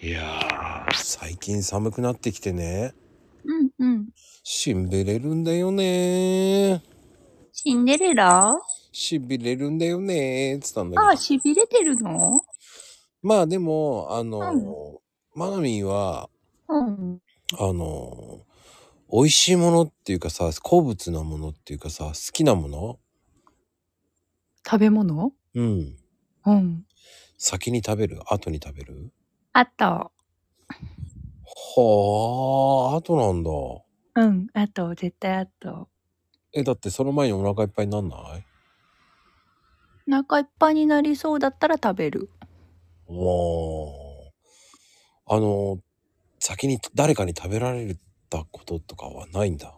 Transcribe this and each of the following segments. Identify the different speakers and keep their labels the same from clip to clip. Speaker 1: いやー、最近寒くなってきてね、
Speaker 2: うんうん。
Speaker 1: しんびれるんだよねー。
Speaker 2: シンデレラあ
Speaker 1: しびれるんだよねー。つったんだけ
Speaker 2: あ、
Speaker 1: ど。
Speaker 2: 痺れてるの
Speaker 1: まあでも、あのー、マナミーは、
Speaker 2: うん。
Speaker 1: あのー、美味しいものっていうかさ、好物なものっていうかさ、好きなもの
Speaker 2: 食べ物
Speaker 1: うん。
Speaker 2: うん。
Speaker 1: 先に食べる後に食べる
Speaker 2: あと、
Speaker 1: はあ、後なんだ。
Speaker 2: うん、あと、絶対あと。
Speaker 1: え、だってその前にお腹いっぱいになんない
Speaker 2: お腹いっぱいになりそうだったら食べる。
Speaker 1: もう、あの、先に誰かに食べられたこととかはないんだ。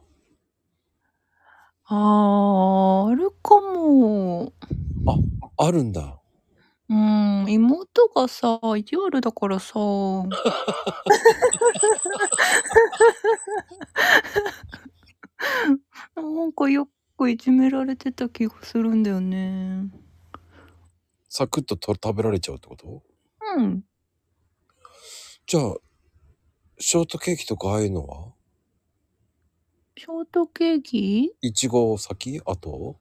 Speaker 2: あー、あるかも。
Speaker 1: あるんだ。
Speaker 2: うん、妹がさ、意地悪だから さ。なんかよくいじめられてた気がするんだよね。
Speaker 1: サクッとと食べられちゃうってこと
Speaker 2: うん。
Speaker 1: じゃあ、ショートケーキとかああいうのは
Speaker 2: ショートケーキ
Speaker 1: いちご先あと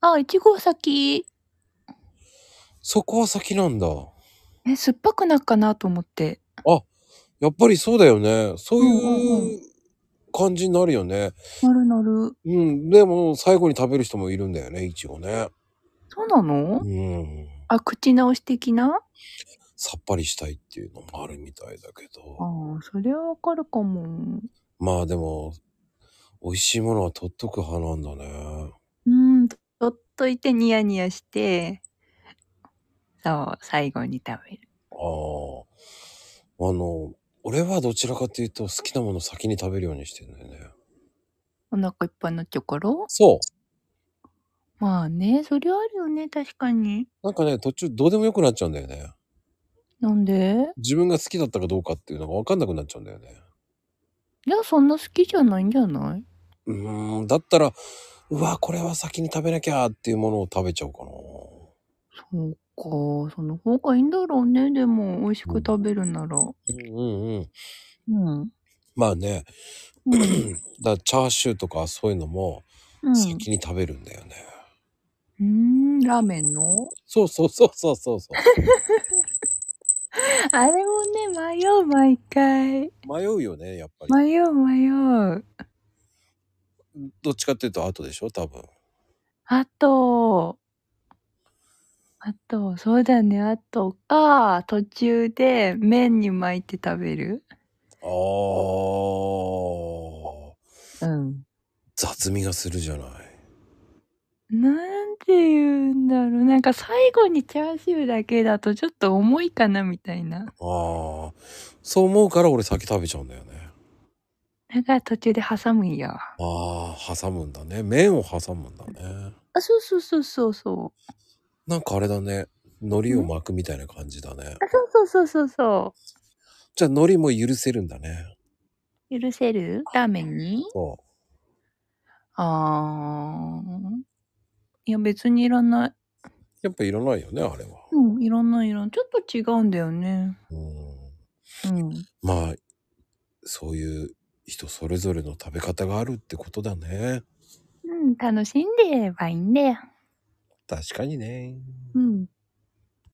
Speaker 2: あ、いちご先。
Speaker 1: そこは先なんだ。
Speaker 2: え、酸っぱくなっかなと思って。
Speaker 1: やっぱりそうだよね。そう
Speaker 2: うんうん
Speaker 1: いう感じになるよね。
Speaker 2: なるなる。
Speaker 1: うん。でも、最後に食べる人もいるんだよね、いちごね。
Speaker 2: そうなの、
Speaker 1: うん。
Speaker 2: あ、口直し的な
Speaker 1: さっぱりしたいっていうのもあるみたいだけど。
Speaker 2: ああ、それはわかるかも。
Speaker 1: まあでも、美味しいものは取っとく派なんだね。
Speaker 2: うん、とっといてニヤニヤして、そう、最後に食べる。
Speaker 1: ああ。あの、俺はどちらかというと好きなもの先に食べるようにしてんだよね。
Speaker 2: お腹いっぱいになっちゃうから
Speaker 1: そ
Speaker 2: まあね、それはあるよね、確かに。
Speaker 1: う。なんかね、途中どうでもよくなっちゃうんだよね。
Speaker 2: なんで
Speaker 1: 自分が好きだったかどうかっていうのがわかんなくなっちゃうんだよね。
Speaker 2: いや、そんな好きじゃないんじゃないう
Speaker 1: ーん、だったら、うわ、これは先に食べなきゃっていうものを食べちゃうかな。
Speaker 2: そうか、その方がいいんだろうね、でも、美味しく食べるなら。
Speaker 1: うんうんうん。
Speaker 2: うん。
Speaker 1: まあ ね、
Speaker 2: うん。
Speaker 1: だからチャーシューとかそういうのも
Speaker 2: うん
Speaker 1: 先に食べるんだよね。
Speaker 2: うーん、ラーメンの
Speaker 1: そうそうそうそうそうそう。
Speaker 2: あれもね、迷う、毎回。
Speaker 1: 迷うよねやっぱり
Speaker 2: 迷う、迷う。
Speaker 1: どっちかっていうと後でしょ多分
Speaker 2: あと、あと、そうだね、あとか、途中で麺に巻いて食べる。
Speaker 1: ああ
Speaker 2: うん。
Speaker 1: 雑味がするじゃない
Speaker 2: なんて言うんだろう。なんか最後にチャーシューだけだとちょっと重いかな、みたいな。
Speaker 1: ああそう思うから俺先食べちゃうんだよね
Speaker 2: だから途中で挟むんや。
Speaker 1: ああ挟むんだね麺を挟むんだね
Speaker 2: あ、そうそうそうそうそう。
Speaker 1: なんかあれだね海苔を巻くみたいな感じだね
Speaker 2: あ、そうそうそうそうそ
Speaker 1: じゃあ海苔も許せるんだね
Speaker 2: う。許せるラーメンに
Speaker 1: そ
Speaker 2: あー。いや、別にいらない。
Speaker 1: うやっぱいらないよねあれは
Speaker 2: うん、いらないいらない。ちょっと違うんだよね。
Speaker 1: うん
Speaker 2: うん。
Speaker 1: まあそういう人それぞれの食べ方があるってことだね
Speaker 2: うん、楽しんでればいいんだよ。
Speaker 1: 確かにね
Speaker 2: うん。